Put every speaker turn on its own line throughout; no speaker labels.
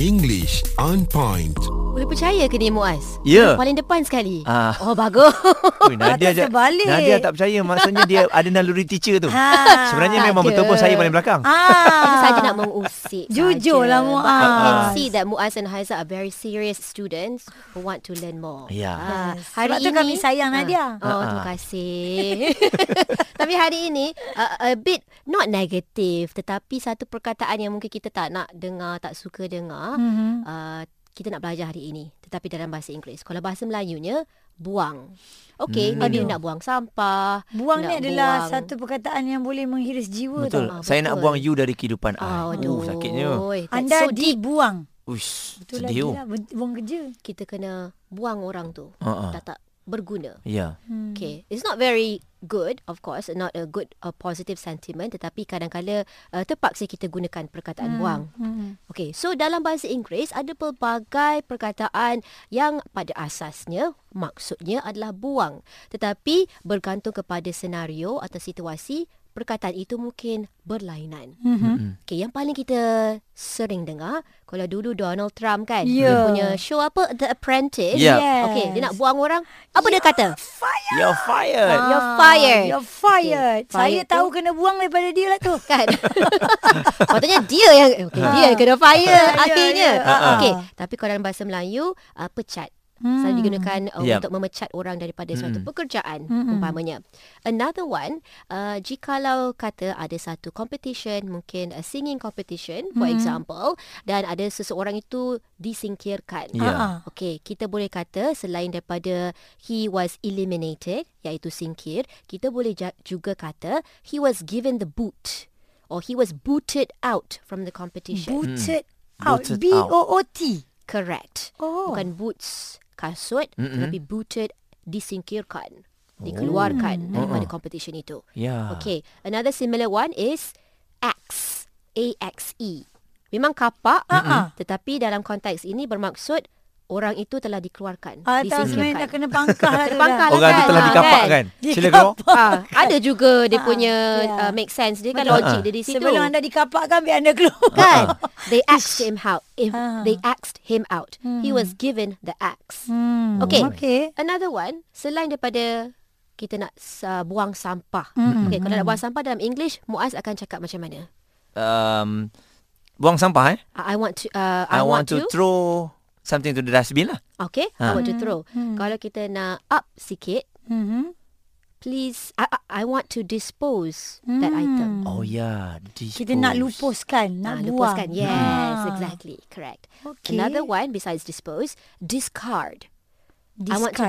English on point.
Boleh percaya ke ni Muaz?
Ya.
Paling depan sekali.
Ah.
Oh bagus.
Ui,
Tak
Nadia,
terbalik.
Nadia tak percaya Maksudnya dia ada naluri teacher tu
Ha.
Sebenarnya
Tak
memang
ada.
betul pun Saya paling belakang
Aku
Ah.
saja nak mengusik
Jujurlah,
saja. But I can
lah, Muaz.
see that Muaz and Haiza are very serious students who want to learn more.
Ya.
Ah,
Yes. Sebab tu kami sayang Nadia.
Ah. Oh,
Ah,
terima
ah.
kasih. tapi hari ini uh, a bit not negative tetapi satu perkataan yang mungkin kita tak nak dengar, tak suka dengar.
Mm-hmm.
Mhm.
Uh, kita nak belajar hari ini tetapi dalam bahasa Inggeris. Kalau bahasa Melayunya buang. Okay,
Hmm.
maybe
Aduh.
nak buang sampah.
Buang ni
nak
adalah
buang.
satu perkataan yang boleh menghiris jiwa
Betul
tau.
Ah,
Saya nak
betul.
buang you dari kehidupan
Oh,
I
aduh.
Oh, Sakitnya
That's
Anda
so deep.
dibuang.
Uish
Betul lagi
Sedih oh.
lah. bu- Buang kerja.
Kita kena buang orang tu.
Ha, ha.
Dah tak berguna.
Ya
Hmm.
Okay, it's not very good, of course, not a good uh, positive sentiment. Tetapi kadang-kala uh, terpaksa kita gunakan perkataan hmm. buang.
Mm-hmm.
Hmm.
Okay, so dalam bahasa Inggeris ada pelbagai perkataan yang pada asasnya maksudnya adalah buang. Tetapi bergantung kepada senario atau situasi, perkataan itu mungkin berlainan.
Mhm.
Okay, yang paling kita sering dengar, kalau dulu Donald Trump kan, dia
Ya.
punya show apa, The Apprentice.
Ya.
Yes.
Okay, dia nak buang orang. Apa dia kata?
You're fired
You're fired.
Ah, You're fired.
Okay,
Saya
fired
tahu
tu-
kena buang daripada dia lah tu.
kan patutnya dia yang eh, okay, dia yang kena fire akhirnya
ya. Ha-ha.
okey tapi kalau dalam bahasa Melayu uh, pecat
Hmm.
Selalu digunakan uh,
Yep. Hmm.
untuk memecat orang daripada suatu
Mm-mm.
pekerjaan
Mm-mm.
umpamanya. Another one, uh, jikalau kata ada satu competition, mungkin a singing competition for
Mm-mm.
example dan ada seseorang itu disingkirkan.
Ya.
Ah, ah.
Okey, kita boleh kata selain daripada he was eliminated iaitu singkir, kita boleh ja- juga kata he was given the boot or he was booted out from the competition.
Booted out.
Hmm. Booted out.
B-O-O-T.
Correct.
Oh.
Bukan boots kasut
Mm-mm.
Mm-mm. tetapi booted disingkirkan, dikeluarkan daripada competition itu.
Ya
Okey, another similar one is axe, A X E. Memang kapak,
Mm-mm.
tetapi dalam konteks ini bermaksud orang itu telah dikeluarkan,
Ah, tahu sebenarnya dah
disingkirkan.
kena pangkah lah tu dah.
Pangkah lah
Orang tu
kan?
telah
Ah,
dikapak
kan?
kan
Dia
Sila keluar
kapak.
Ah, ada juga dia punya
ya.
uh, make sense dia kan
Betul. Ah.
logik dia di situ.
Sebelum anda dikapakkan, biar anda keluar.
kan they axed him out. If
Ah.
they axed him out. He was given the axe.
Hmm.
Okay.
Okay.
Another one selain daripada kita nak uh, buang sampah. Mm-hmm. Okay, kalau nak buang sampah dalam English, Muaz akan cakap macam mana?
um, Buang sampah eh
I I want to uh,
I, want, to throw Something to the dustbin lah
Okay, I
Ah.
want to throw. Kalau kita nak up sikit,
Mhm.
please I I, I want to dispose that item.
Oh ya
Kita nak lupuskan,
Ah,
nak buang.
lupuskan. Yes,
Ah.
exactly. Correct.
Okay.
Another one besides dispose, discard. I want to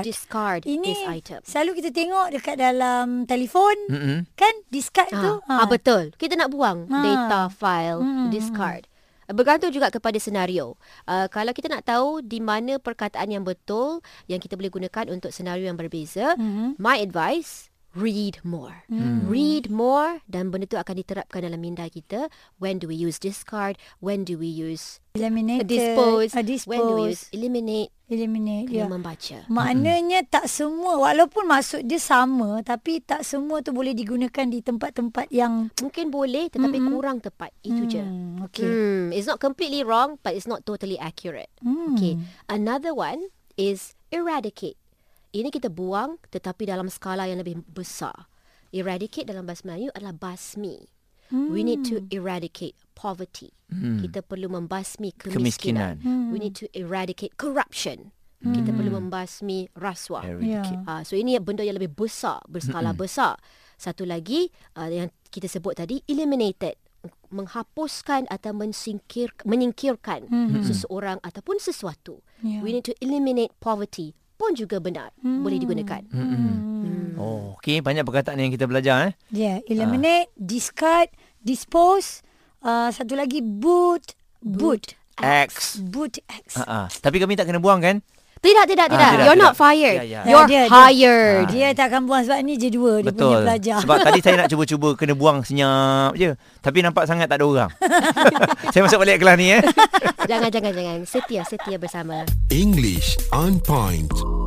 discard
Discard. Ini
this item.
selalu kita tengok dekat dalam telefon,
Mm-mm.
kan? Discard
Ah,
tu.
ah, betul. Kita nak buang
Ah.
data, file, discard. Bergantung juga kepada senario. Uh, kalau kita nak tahu di mana perkataan yang betul yang kita boleh gunakan untuk senario yang berbeza,
Mhm.
my advice read more.
Mm.
Read more dan benda tu akan diterapkan dalam minda kita. When do we use discard? When do we use
Eliminated.
dispose?
Ah, dispose.
When do we use eliminate?
Eliminate.
Kena
Ya.
membaca.
Maknanya tak semua walaupun maksud dia sama tapi tak semua tu boleh digunakan di tempat-tempat yang
Mungkin boleh tetapi mm-hmm. kurang tepat. Itu je.
Hmm, okey.
Hmm, it's not completely wrong but it's not totally accurate.
Hmm.
Okay. Another one is eradicate. Ini kita buang tetapi dalam skala yang lebih besar. Eradicate dalam bahasa Melayu adalah basmi. We need to
Hmm.
eradicate poverty. Kita perlu membasmi kemiskinan.
Kemiskinan.
We need to
Hmm.
eradicate corruption. Kita perlu membasmi rasuah.
Eradicate.
Uh, so ini benda yang lebih besar, berskala mm-hmm. besar. Satu lagi uh, yang kita sebut tadi eliminated menghapuskan atau mensingkir menyingkirkan mm-hmm. seseorang ataupun sesuatu.
Ya. Hmm.
We need to eliminate poverty pun juga benar mm. boleh digunakan.
Oh, okey banyak perkataan yang kita belajar eh.
Yeah, Ya, eliminate,
Ah.
discard, dispose, uh, satu lagi boot, boot,
X.
boot X.
Ha ah. Tapi kami tak kena buang kan?
Tidak tidak tidak.
tidak,
You're not
tidak.
fired.
Ya, ya.
You're
Dia- dia-
hired.
Dia tak akan buang sebab ni je dua dia punya
Ah, Betul.
pelajar.
Sebab tadi saya nak cuba-cuba kena buang senyap je. Tapi nampak sangat tak ada orang. saya masuk balik kelas ni eh.
Jangan jangan jangan. Setia setia bersama.
English on point.